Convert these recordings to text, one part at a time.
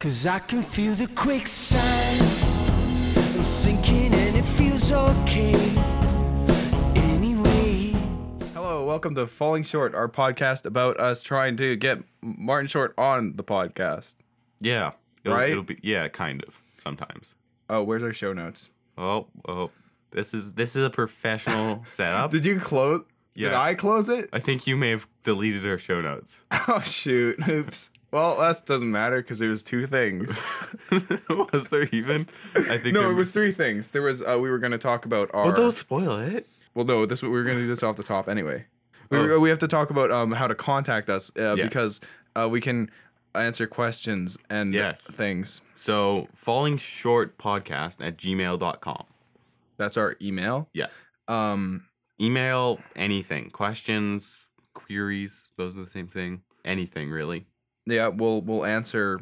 Cause I can feel the quicksand. I'm sinking and it feels okay. Anyway, Hello, welcome to Falling Short, our podcast about us trying to get Martin Short on the podcast. Yeah. It'll, Right? It'll be, yeah, kind of. Sometimes. Oh, where's our show notes? Oh, oh. This is this is a professional setup. Did you close? Did Yeah. I close it? I think you may have deleted our show notes. Oh shoot! Oops. Well, that doesn't matter because there was two things. was there even? I think no, there it was three things. There was uh, we were going to talk about our. Well, don't spoil it. Well, no, this we were going to do this off the top anyway. We, Oh. we have to talk about um, how to contact us uh, Yes. because uh, we can answer questions and Yes. things. So, falling short podcast at gmail.com. That's our email. Yeah. Um, Email anything, questions, queries, those are the same thing. Anything, really. yeah, we'll we'll answer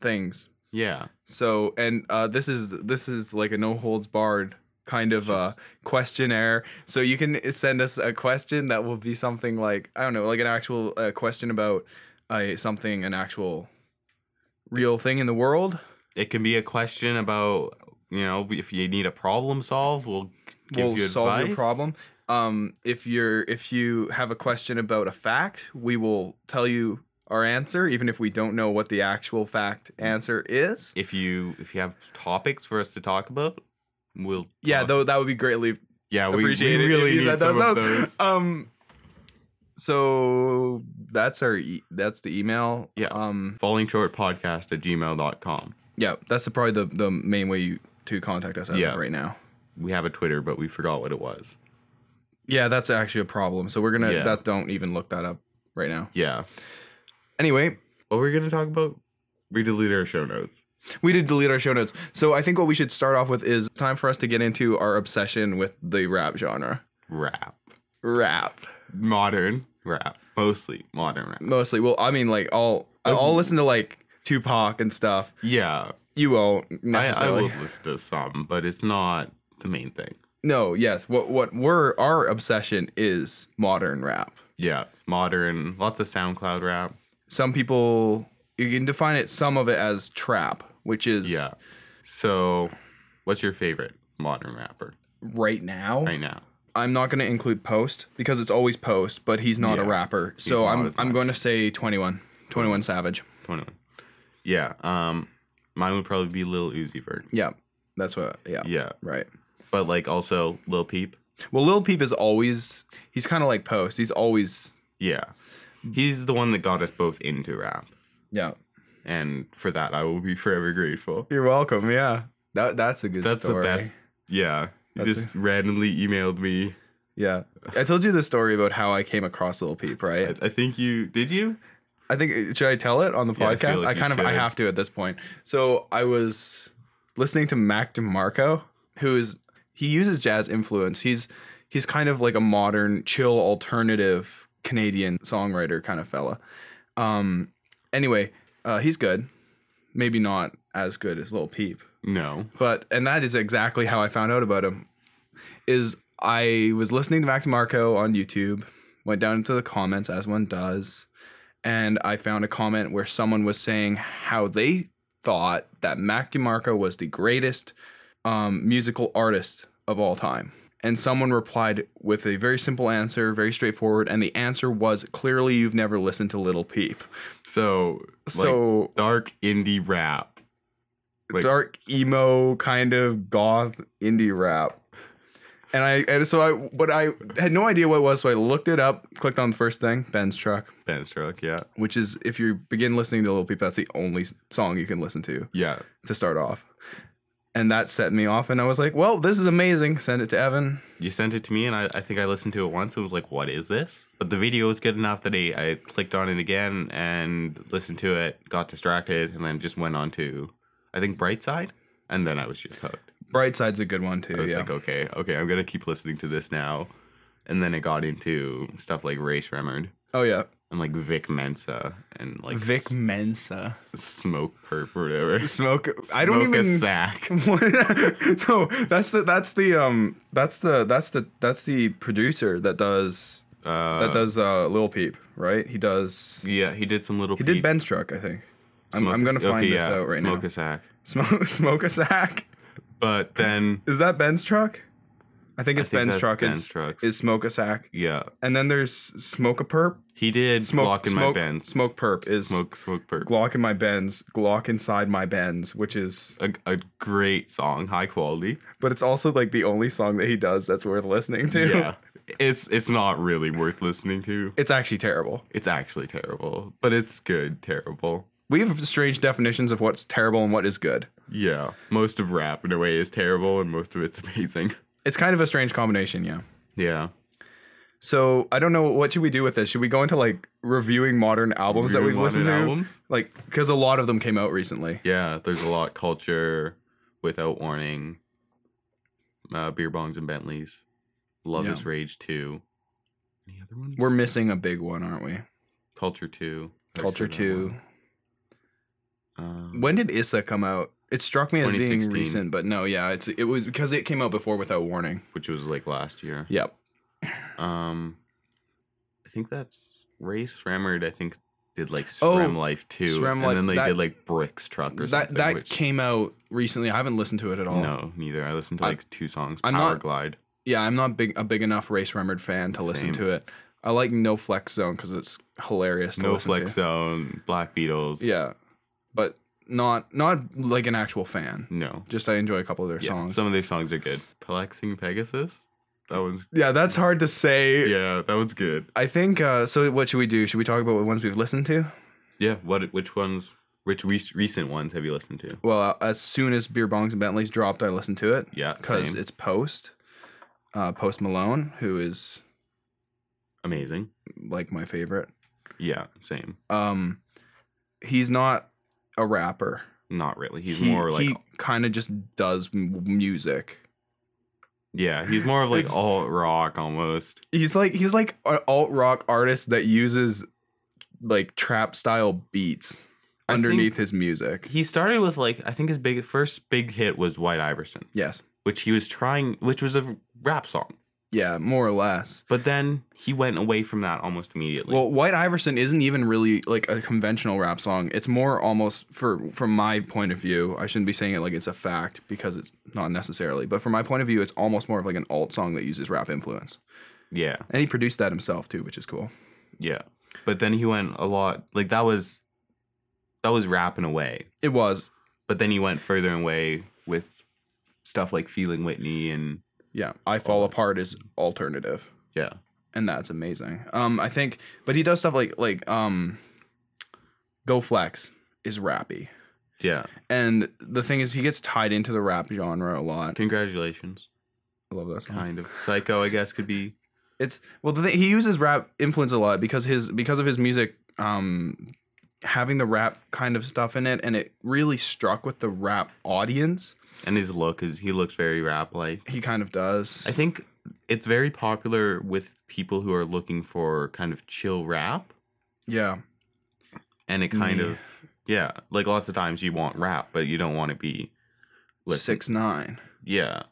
things. Yeah. So and uh, this is this is like a no holds barred kind of uh, questionnaire. So you can send us a question that will be something like I don't know, like an actual uh, question about uh, something, an actual real thing in the world. It can be a question about, you know, if you need a problem solved, we'll give we'll you solve your advice. problem. Um, if you're if you have a question about a fact, we will tell you our answer, even if we don't know what the actual fact Mm. answer is. if you if you have topics for us to talk about, we'll Yeah, talk- though that would be greatly yeah we, we appreciated. if really you need sent some of those out. those. Um, so that's our e- that's the email. Yeah. Um. Falling short podcast at gmail.com. Yeah, that's the, probably the the main way you to contact us. As yeah. Yeah. Right now. We have a Twitter, but we forgot what it was. Yeah, that's actually a problem. So we're gonna Yeah. that don't even look that up right now. Yeah, Anyway, what were we gonna talk about? We deleted our show notes. We did delete our show notes. So I think what we should start off with is time for us to get into our obsession with the rap genre. Rap, Rap. modern rap, mostly modern rap. Mostly. Well, I mean like I'll Oh. I'll listen to like Tupac and stuff. Yeah, You won't I, I necessarily. will listen to some, but it's not the main thing. No, yes. What what we're our obsession is modern rap. Yeah, modern, lots of SoundCloud rap. Some people you can define it some of it as trap, which is Yeah. So, what's your favorite modern rapper right now. right now? I'm not gonna include Post because it's always Post, but he's not a Yeah. rapper. He's So not I'm as I'm much. going to say 21. 21 Savage. 21. Yeah. Um, mine would probably be Lil Uzi Vert. Yeah, that's what. Yeah, Yeah, right. but like also Lil Peep. Well, Lil Peep is always he's kind of like Post. He's always Yeah, he's the one that got us both into rap, yeah. and for that I will be forever grateful. You're welcome. Yeah, that that's a good. That's story. the best. Yeah, he That's just randomly emailed me. Yeah, I told you the story about how I came across Lil Peep, I, right? I think you did you. I think uh, should I tell it on the Yeah, I feel podcast? like I you kind of I should. have to at this point. So I was listening to Mac DeMarco, who is he uses jazz influence. He's he's kind of like a modern, chill, alternative Canadian songwriter kind of fella. Um, anyway, uh, he's good. Maybe not as good as Lil Peep, No. but and that is exactly how I found out about him. Is I was listening to Mac DeMarco on YouTube, went down into the comments as one does, and I found a comment where someone was saying how they thought that Mac DeMarco was the greatest um, musical artist of all time. And someone replied with a very simple answer, very straightforward, and the answer was clearly you've never listened to Little Peep. So like, so dark indie rap. like- dark emo kind of goth indie rap. And I and so I but I had no idea what it was, so I looked it up, clicked on the first thing, Ben's truck, Ben Struck. Yeah. which is if you begin listening to Little Peep, that's the only song you can listen to Yeah. to start off. And that set me off, and I was like, "Well, this is amazing." Send it to Evan. You sent it to me, and I, I think I listened to it once and was like, "What is this?" But the video was good enough that I, I clicked on it again and listened to it, got distracted, and then just went on to, I think Brightside, and then I was just hooked. Brightside's a good one too. I was yeah. like, "Okay, okay, I'm gonna keep listening to this now," and then it got into stuff like Race Remord oh yeah, and like Vic Mensa and like Vic S- Mensa. Smoke Perp or whatever. Smoke. I don't Smoke even. a sack. no, that's the that's the um that's the that's the that's the producer that does Uh, that does uh Lil Peep, right? He does yeah, he did some little. he did peep- Ben's truck, I think. I'm, Smoke I'm a- gonna find okay, this yeah, out right smoke now. a sack. smoke, smoke a sack. But then, Is that Ben's truck? I think it's think Ben's that's truck. Ben's is trucks. is smoke a sack, yeah, and then there's smoke a perp. he did Smoke Glock in smoke, my Benz. Smoke perp is smoke, smoke, perp. Glock in my Benz. Glock inside my Benz, which is A, a great song, high quality. but it's also like the only song that he does that's worth listening to. Yeah, it's it's not really worth listening to. It's actually terrible. It's actually terrible, but it's good. Terrible. We have strange definitions of what's terrible and what is good. Yeah, most of rap in a way is terrible, and most of it's amazing. It's kind of a strange combination, yeah. Yeah, So I don't know what should we do with this. Should we go into like reviewing modern albums that Reviewing we've listened to? modern albums? Like because a lot of them came out recently. yeah. There's a lot culture, without warning. Uh, beer bongs and Bentleys, Love Yeah. Is Rage two. Any other ones? We're missing a big one, aren't we? Culture two. I Culture said that Two. one. Um, When did Issa come out? It struck me as being 2016. recent, but no, yeah, it's it was because it came out before without warning. which was like last year. Yep. Um, I think that's Ray Sremmerd. I think did like Oh, Srem Life too, Srem and Life- then they that- did like Bricks Truck or That something. that which, came out recently. I haven't listened to it at all. No, neither. I listened to I- like two songs. I'm Power not- Glide. Yeah, I'm not big a big enough Race Remembered fan to listen Same. to it. I like No Flex Zone because it's hilarious. To No listen Flex To. Zone, Black Beatles. Yeah, but not not like an actual fan. No. Just I enjoy a couple of their Mm. Yeah, songs. Some of these songs are good. Plexing Pegasus. That one's yeah, that's hard to say. yeah, that one's good. I think uh, so. What should we do? Should we talk about what ones we've listened to? Yeah. What? Which ones? Which re- recent ones have you listened to? Well, uh, as soon as Beer Bongs and Bentleys dropped, I listened to it. Yeah, because same. it's Post, uh, Post Malone, who is Amazing. like my favorite. Yeah. Same. Um, he's not a rapper. Not really. He's He- more like he kind of just does m- music. yeah. He's more of like It's- alt rock almost. He's like he's like an alt rock artist that uses like trap style beats I underneath his music. he started with like I think his big first big hit was White Iverson, Yes. which he was trying, which was a rap song. Yeah, more or less. But then he went away from that almost immediately. Well, White Iverson isn't even really like a conventional rap song. It's more almost for from my point of view. I shouldn't be saying it like it's a fact because it's not necessarily, but from my point of view, it's almost more of like an alt song that uses rap influence. yeah, And he produced that himself too, which is cool. yeah. But then he went a lot like that was that was rapping away. It was But then he went further away with stuff like Feeling Whitney and yeah. I Oh. fall apart is alternative. yeah, and that's amazing. Um, I think, but he does stuff like like um, Go Flex is rappy, yeah. and the thing is, he gets tied into the rap genre a lot. Congratulations, I love that song. kind of psycho, I guess could be. It's well, the thing, he uses rap influence a lot because his because of his music, um, having the rap kind of stuff in it, and it really struck with the rap audience. And his look is he looks very rap like. He kind of does. I think it's very popular with people who are looking for kind of chill rap, yeah, and it kind Me. of yeah, like lots of times you want rap, but you don't want to be listen- six nine. yeah,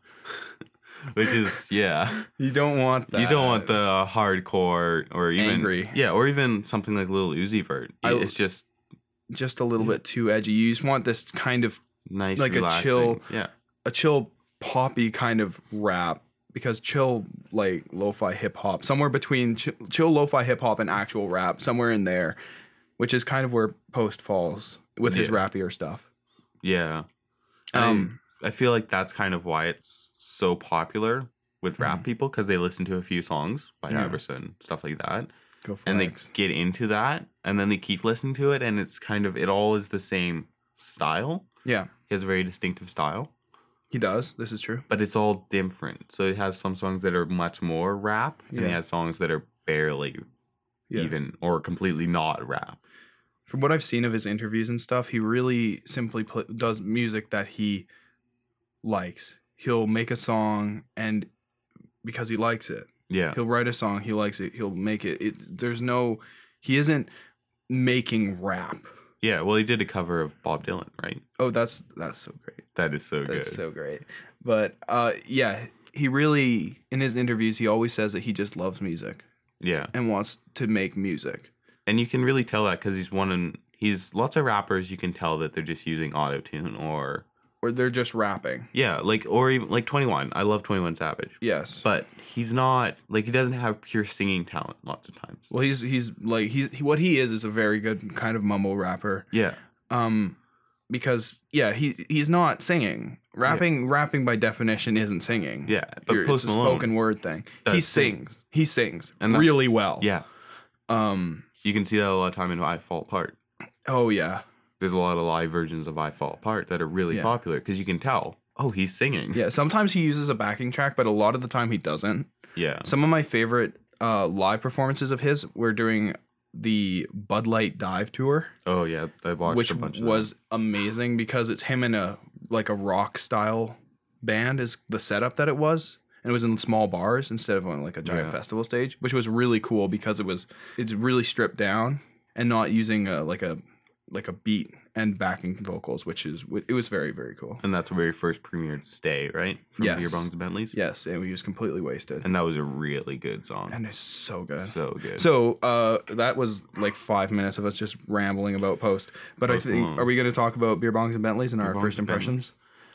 which is yeah, You don't want that. you don't want the hardcore or even Angry. yeah, or even something like Lil Uzi Vert. I- it's just just a little Yeah. bit too edgy. You just want this kind of nice, Like a relaxing. chill- yeah, a chill poppy kind of rap because chill like lo-fi hip hop somewhere between chill, chill lo-fi hip hop and actual rap somewhere in there which is kind of where post falls with his Yeah. rappier stuff yeah. um I feel like that's kind of why it's so popular with rap people because they listen to a few songs by Hmm. Yeah. Iverson, stuff like that. go for and they X. get into that and then they keep listening to it and it's kind of it all is the same style yeah he has a very distinctive style he does this is true but it's all different so it has some songs that are much more rap and Yeah. he has songs that are barely yeah even or completely not rap from what i've seen of his interviews and stuff he really simply pl- does music that he likes he'll make a song and because he likes it yeah He'll write a song. He likes it. He'll make it. it. There's no, he isn't making rap. yeah well he did a cover of bob dylan right Oh, that's that's so great. that is so That's good so great. But uh, yeah, he really in his interviews he always says that he just loves music yeah and wants to make music. and you can really tell that because he's one and he's lots of rappers. You can tell that they're just using auto tune or Or they're just rapping. yeah, like or even like Twenty One. I love Twenty One Savage, Yes. but he's not like he doesn't have pure singing talent. Lots of times. well, he's he's like he's he, what he is is a very good kind of mumble rapper. Yeah, um because yeah he he's not singing rapping rapping by definition isn't singing yeah. But You're- Post it's a Malone, spoken word thing he does sing. sings he sings And that's- really well yeah, um you can see that a lot of time in I Fall Apart. oh yeah There's a lot of live versions of I Fall Apart that are really Yeah. popular because you can tell. Oh, he's singing. yeah sometimes he uses a backing track but a lot of the time he doesn't yeah. some of my favorite uh live performances of his were during the bud light dive tour Oh yeah, I watched which a bunch of was amazing because it's him in a like a rock style band is the setup that it was and it was in small bars instead of on like a giant Yeah. festival stage which was really cool because it was it's really stripped down and not using a like a like a beat and backing vocals which is it was very very cool and that's where your first premiered "Stay," right? From Yes. Beer Bongs and Bentleys. yes and he was completely wasted and, and that was a really good song. it's so good so good. so uh that was like five minutes of us just rambling about post but i Post think Malone. are we going to talk about beer bongs and bentleys and our Bongs first and impressions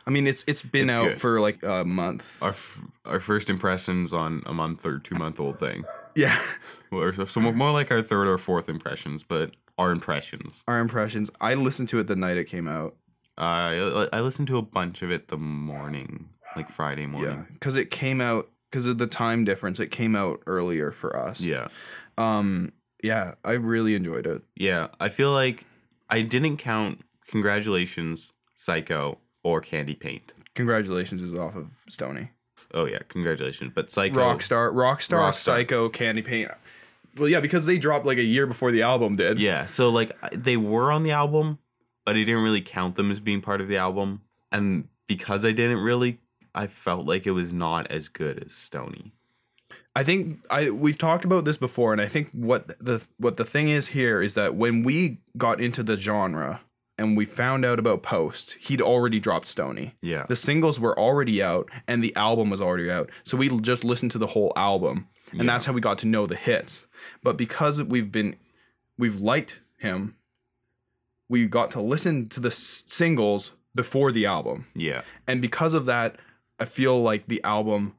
i mean it's it's been It's out good. Uh, for like a month our f- our first impressions on a month or two month old thing, yeah or so- so more like our third or fourth impressions, but our impressions. our impressions i listened to it the night it came out I I listened to a bunch of it the morning, like Friday yeah morning. because it came out because of the time difference it came out earlier for us Yeah, um yeah i really enjoyed it yeah. I feel like I didn't count "Congratulations," "Psycho," or "Candy Paint." congratulations is off of stony Oh yeah, congratulations. But "Psycho," rockstar rockstar, Rockstar. psycho candy paint well yeah because they dropped like a year before the album did Yeah, so like I- they were on the album, but I didn't really count them as being part of the album. And because I didn't really, I felt like it was not as good as Stony. I think I we've talked about this before, and I think what the what the thing is here is that when we got into the genre and we found out about Post, he'd already dropped Stony. Yeah. The singles were already out, and the album was already out, so we just listened to the whole album, and Yeah. that's how we got to know the hits. But because we've been we've liked him, we got to listen to the s- singles before the album Yeah. and because of that i feel like the album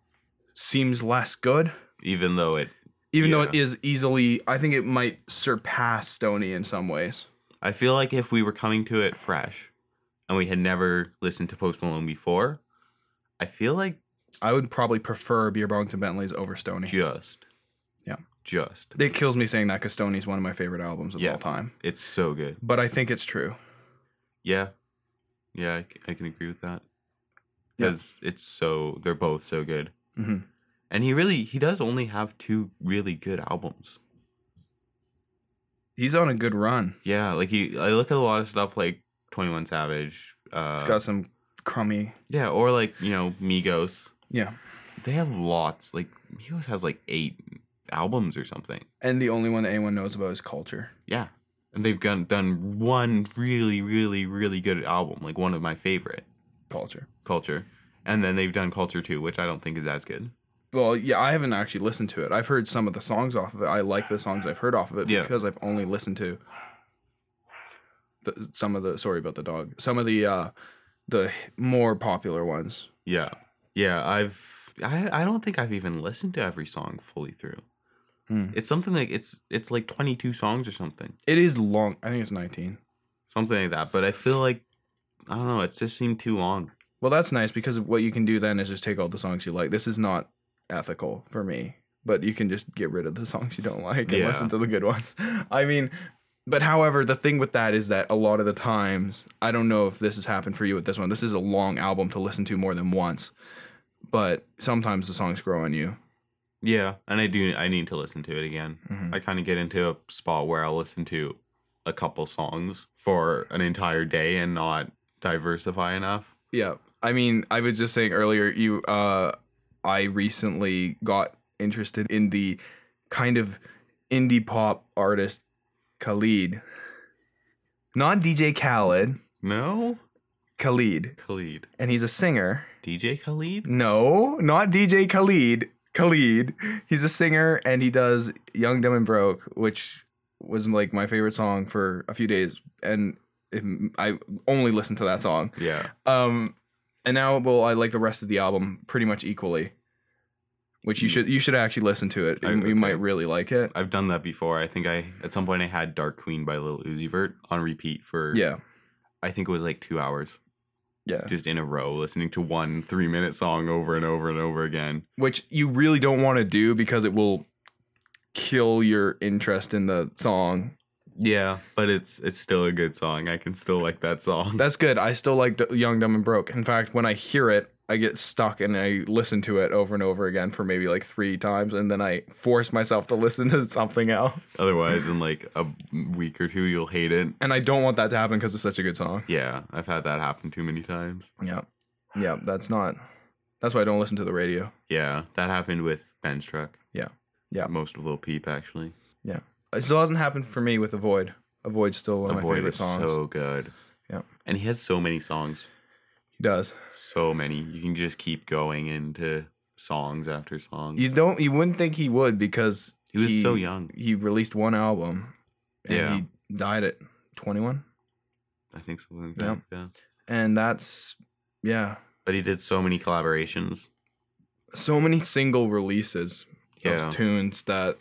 seems less good Even though it, even though it Yeah. is easily i think it might surpass stony in some ways I feel like if we were coming to it fresh and we had never listened to Post Malone before, I feel like i would probably prefer beer bongs and bentleys over stony just. Yeah. Just. it kills me saying that because stony's one of my favorite albums of Yeah. all time It's so good. but i think it's true Yeah. Yeah, I, c- I can agree with that. Yeah. Because it's so, they're both so good. hmm Mm-hmm. And he really he does only have two really good albums. he's on a good run Yeah, like he I look at a lot of stuff like 21 Savage, uh he's got some crummy yeah, or like, you know, Migos. yeah They have lots. Like Migos has like 8 albums or something. and the only one that anyone knows about is culture Yeah. And they've gone, done one really really really good album, like one of my favorite, culture Culture. And then they've done Culture 2, which I don't think is as good. well yeah i haven't actually listened to it i've heard some of the songs off of it i like the songs i've heard off of it Yeah. because i've only listened to the, some of the sorry about the dog some of the uh the more popular ones Yeah. Yeah, I've I, I don't think I've even listened to every song fully through. Hmm. It's something like it's it's like 22 songs or something. it is long i think it's 19 Something like that, but I feel like I don't know, it just seemed too long. well that's nice because what you can do then is just take all the songs you like this is not ethical for me but you can just get rid of the songs you don't like and Yeah. listen to the good ones i mean but however the thing with that is that a lot of the times i don't know if this has happened for you with this one this is a long album to listen to more than once but sometimes the songs grow on you Yeah, and I do I need to listen to it again. I kind of get into a spot where I'll listen to a couple songs for an entire day and not diversify enough. Yeah. I mean, I was just saying earlier, you uh I recently got interested in the kind of indie pop artist Khalid. Not DJ Khaled, No? Khalid. Khalid. And he's a singer. DJ Khalid? No, not DJ Khalid. Khalid. He's a singer and he does Young Dumb and Broke, which was like my favorite song for a few days, and it, I only listened to that song. Yeah. Um, and now, well, I like the rest of the album pretty much equally. Which you should you should actually listen to it. You, Hmm. I- you might okay. really like it. I've done that before. I think I at some point I had Dark Queen by Lil Uzi Vert on repeat for Yeah, I think it was like two hours yeah. just in a row, listening to one three minute song over and over and over again. Which you really don't want to do because it will kill your interest in the song. Yeah, but it's it's still a good song. I can still like that song. That's good. I still like D- Young, Dumb, and Broke. In fact, when I hear it, I get stuck and I listen to it over and over again for maybe like three times, and then I force myself to listen to something else. Otherwise, in like a week or two, you'll hate it. And I don't want that to happen because it's such a good song. Yeah, I've had that happen too many times. Yeah. Yeah, that's not. That's why I don't listen to the radio. Yeah, that happened with Ben's truck. Yeah. Yeah. Most of Lil Peep actually. It still hasn't happened for me with A Void. A Void's still one of my Avoid favorite is songs. So good. Yeah. And he has so many songs. He does. So many. You can just keep going into songs after songs. You don't. You wouldn't think he would because he was so young. He released one album, and Yeah. he died at twenty-one. I think something like Yeah. that. Yeah. And that's yeah. But he did so many collaborations. so many single releases Yeah. of tunes that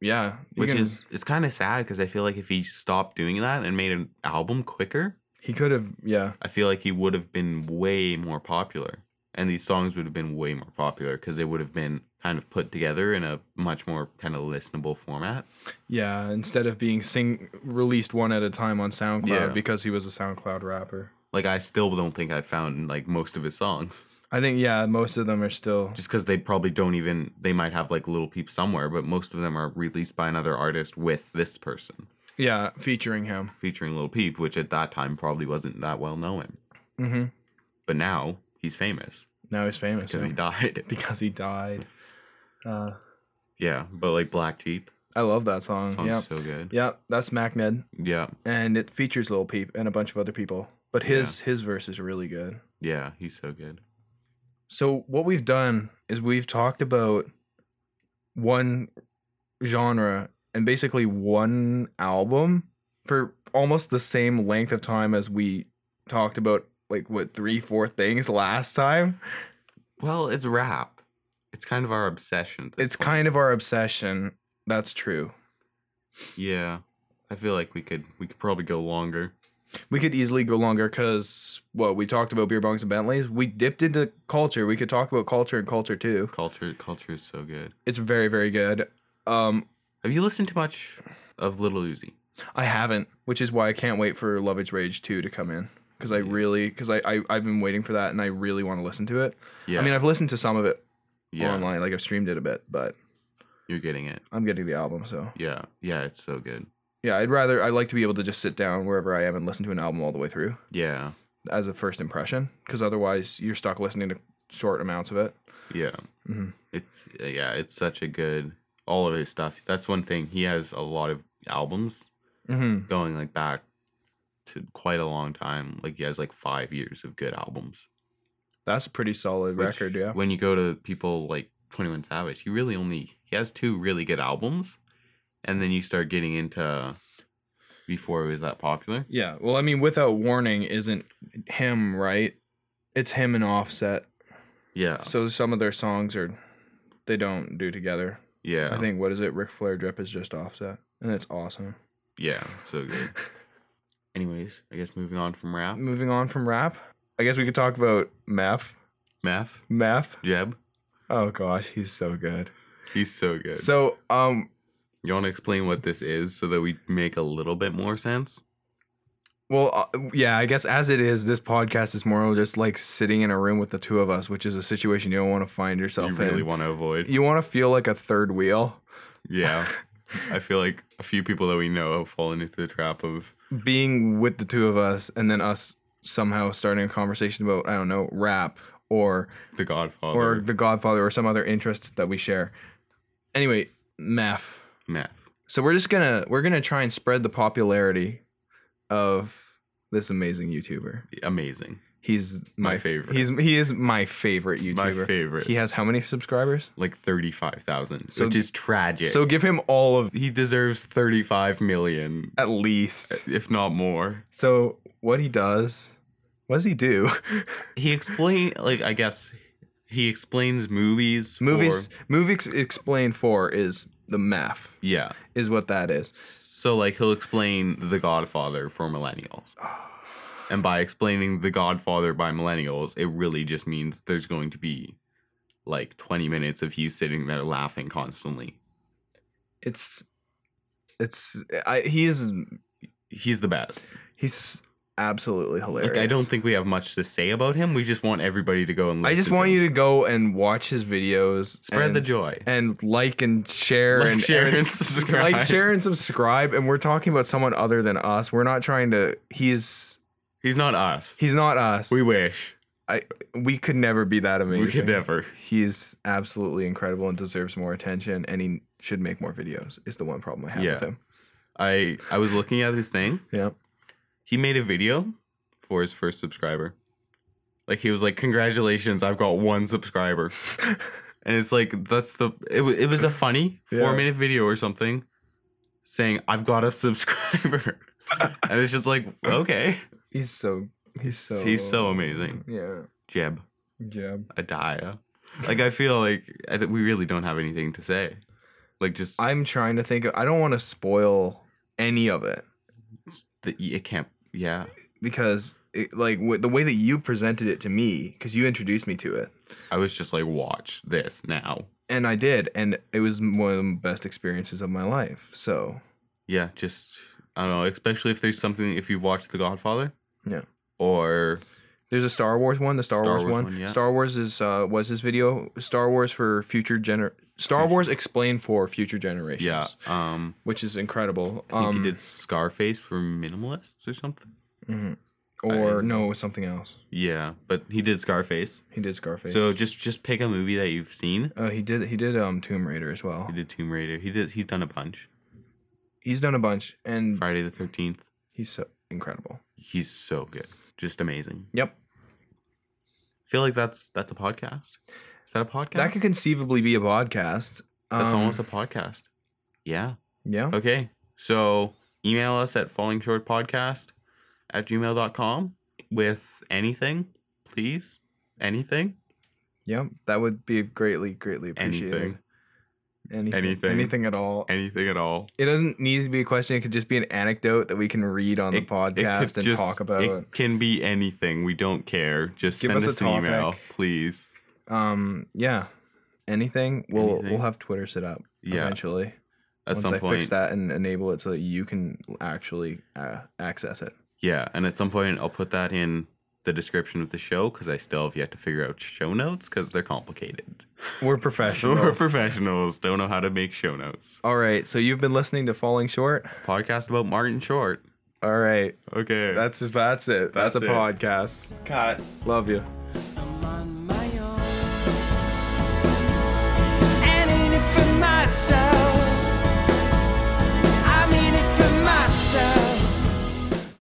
yeah you Which can- is it's kind of sad because I feel like if he stopped doing that and made an album quicker, he could have yeah I feel like he would have been way more popular. And these songs would have been way more popular because they would have been kind of put together in a much more kind of listenable format. yeah instead of being sing released one at a time on soundcloud Yeah. because he was a soundcloud rapper Like I still don't think I found like most of his songs. i think yeah most of them are still just because they probably don't even they might have like little peep somewhere but most of them are released by another artist with this person yeah featuring him featuring little peep which at that time probably wasn't that well known mm-hmm. but now he's famous now he's famous because yeah. he died because he died uh yeah but like black jeep i love that song song's yeah so good yeah that's mac ned yeah and it features lil peep and a bunch of other people but his his verse is really good yeah he's so good So what we've done is we've talked about one genre and basically one album for almost the same length of time as we talked about like what three four things last time. well it's rap it's kind of our obsession at this It's point. kind of our obsession. That's true. yeah i feel like we could we could probably go longer We could easily go longer because what we talked about beer bongs and Bentleys. We dipped into culture. We could talk about culture and culture too. culture culture is so good It's very very good. Um, have you listened to much of little uzi I haven't, which is why I can't wait for Lovage Rage 2 to come in. Because I Yeah. really, because I, I, I've been waiting for that and I really want to listen to it. yeah I mean, I've listened to some of it yeah online, like I've streamed it a bit, but you're getting it I'm getting the album. So Yeah, yeah, it's so good. yeah, I'd rather, I like to be able to just sit down wherever I am and listen to an album all the way through Yeah, as a first impression. Because otherwise, you're stuck listening to short amounts of it. yeah, hmm it's yeah, it's such a good all of his stuff. That's one thing he has a lot of albums hmm going like back to quite a long time. Like he has like five years of good albums. That's a pretty solid which record, yeah. When you go to people like Twenty One Savage, he really only he has two really good albums, and then you start getting into before it was that popular. Yeah. Well, I mean, Without Warning isn't him, right? It's him and Offset. Yeah, So some of their songs are they don't do together. yeah, I think what is it? Ric Flair drip is just offset, and it's awesome. yeah, so good. Anyways, I guess moving on from rap, Moving on from rap, I guess we could talk about Meth. Math, Meth. Jeb, Oh gosh, he's so good. he's so good. So um, You want to explain what this is so that we make a little bit more sense? well uh, yeah, I guess as it is, this podcast is more just like sitting in a room with the two of us, which is a situation you don't want to find yourself you really in. want to avoid. you want to feel like a third wheel. Yeah. I feel like a few people that we know have fallen into the trap of being with the two of us and then us somehow starting a conversation about I don't know rap or The Godfather or or The Godfather or some other interest that we share. Anyway, math. math. So we're just gonna we're gonna try and spread the popularity of this amazing YouTuber. Amazing. He's my, My favorite. He's he is my favorite YouTuber. My favorite. He has how many subscribers? Like 35,000, So- which is tragic. So give him all of he deserves 35 million, at least. if not more. So what he does? What does he do? He explain like I guess he explains movies. Movies. for- Movies explained for is the math yeah. is what that is. So like he'll explain The Godfather for millennials. And by explaining The Godfather by millennials, it really just means there's going to be like 20 minutes of you sitting there laughing constantly. It's it's I he is He's the best. he's absolutely hilarious. Like I don't think we have much to say about him. We just want everybody to go and listen I just to want him. you to go and watch his videos. spread and- the joy. and like and share Like, and share and and- subscribe. Like share and subscribe. And we're talking about someone other than us. We're not trying to. He's He's not us. he's not us. We wish. I, we could never be that amazing. We could never. He's absolutely incredible and deserves more attention. And he should make more videos. Is the one problem I have with Yeah. him. I I was looking at his thing. Yeah. He made a video for his first subscriber. Like he was like, "Congratulations, I've got one subscriber," and it's like that's the it. wa- It was a funny Yeah. four minute video or something, saying, "I've got a subscriber," and it's just like, okay, He's so he's so He's so amazing. Yeah. Jeb Yeah. Adaya. Like I feel like I d we really don't have anything to say. Like just I'm trying to think. Of, I don't want to spoil any of it. the, it can't. Yeah, because it, like w- the way that you presented it to me because you introduced me to it I was just like, watch this now. and i did and it was one of the best experiences of my life so yeah, just I don't know, especially if there's something if you've watched The Godfather. Yeah. Or there's a star wars one the star, Star wars, Wars one, one, yeah. star wars is uh was this video star wars for future gener star Future- wars explained for future generations yeah, um which is incredible I think um he did Scarface for minimalists or something. mhm. I or didn't- no it was something else Yeah, but he did Scarface. he did scarface So just just pick a movie that you've seen. uh, he did he did um tomb raider as well He did Tomb Raider. He did he's done a bunch. he's done a bunch and Friday the 13th. he's so incredible He's so good. Just amazing. yep feel like that's that's a podcast. Is that a podcast? that could conceivably be a podcast that's Um, almost a podcast. Yeah. yeah Okay. So email us at fallingshortpodcast at gmail.com with anything, please. Anything. Yeah, that would be greatly, greatly appreciated. Anything. Anything. Anything. Anything. at all. Anything at all. it doesn't need to be a question. It could just be an anecdote that we can read on the could podcast and just- talk about. It can be anything. We don't care. Just Give send us a us, an email, topic. please. Um, yeah, anything. We'll Anything. we'll have Twitter set up Yeah. eventually At once some I point. fix that and enable it so that you can actually uh, access it. Yeah. And at some point, I'll put that in the description of the show because I still have yet to figure out show notes because they're complicated. We're We're professionals. professionals, don't know how to make show notes. all right, so you've been listening to Falling Short. Podcast about Martin Short. All right, Okay. that's just that's it. That's, That's a it. podcast. cut. Love you.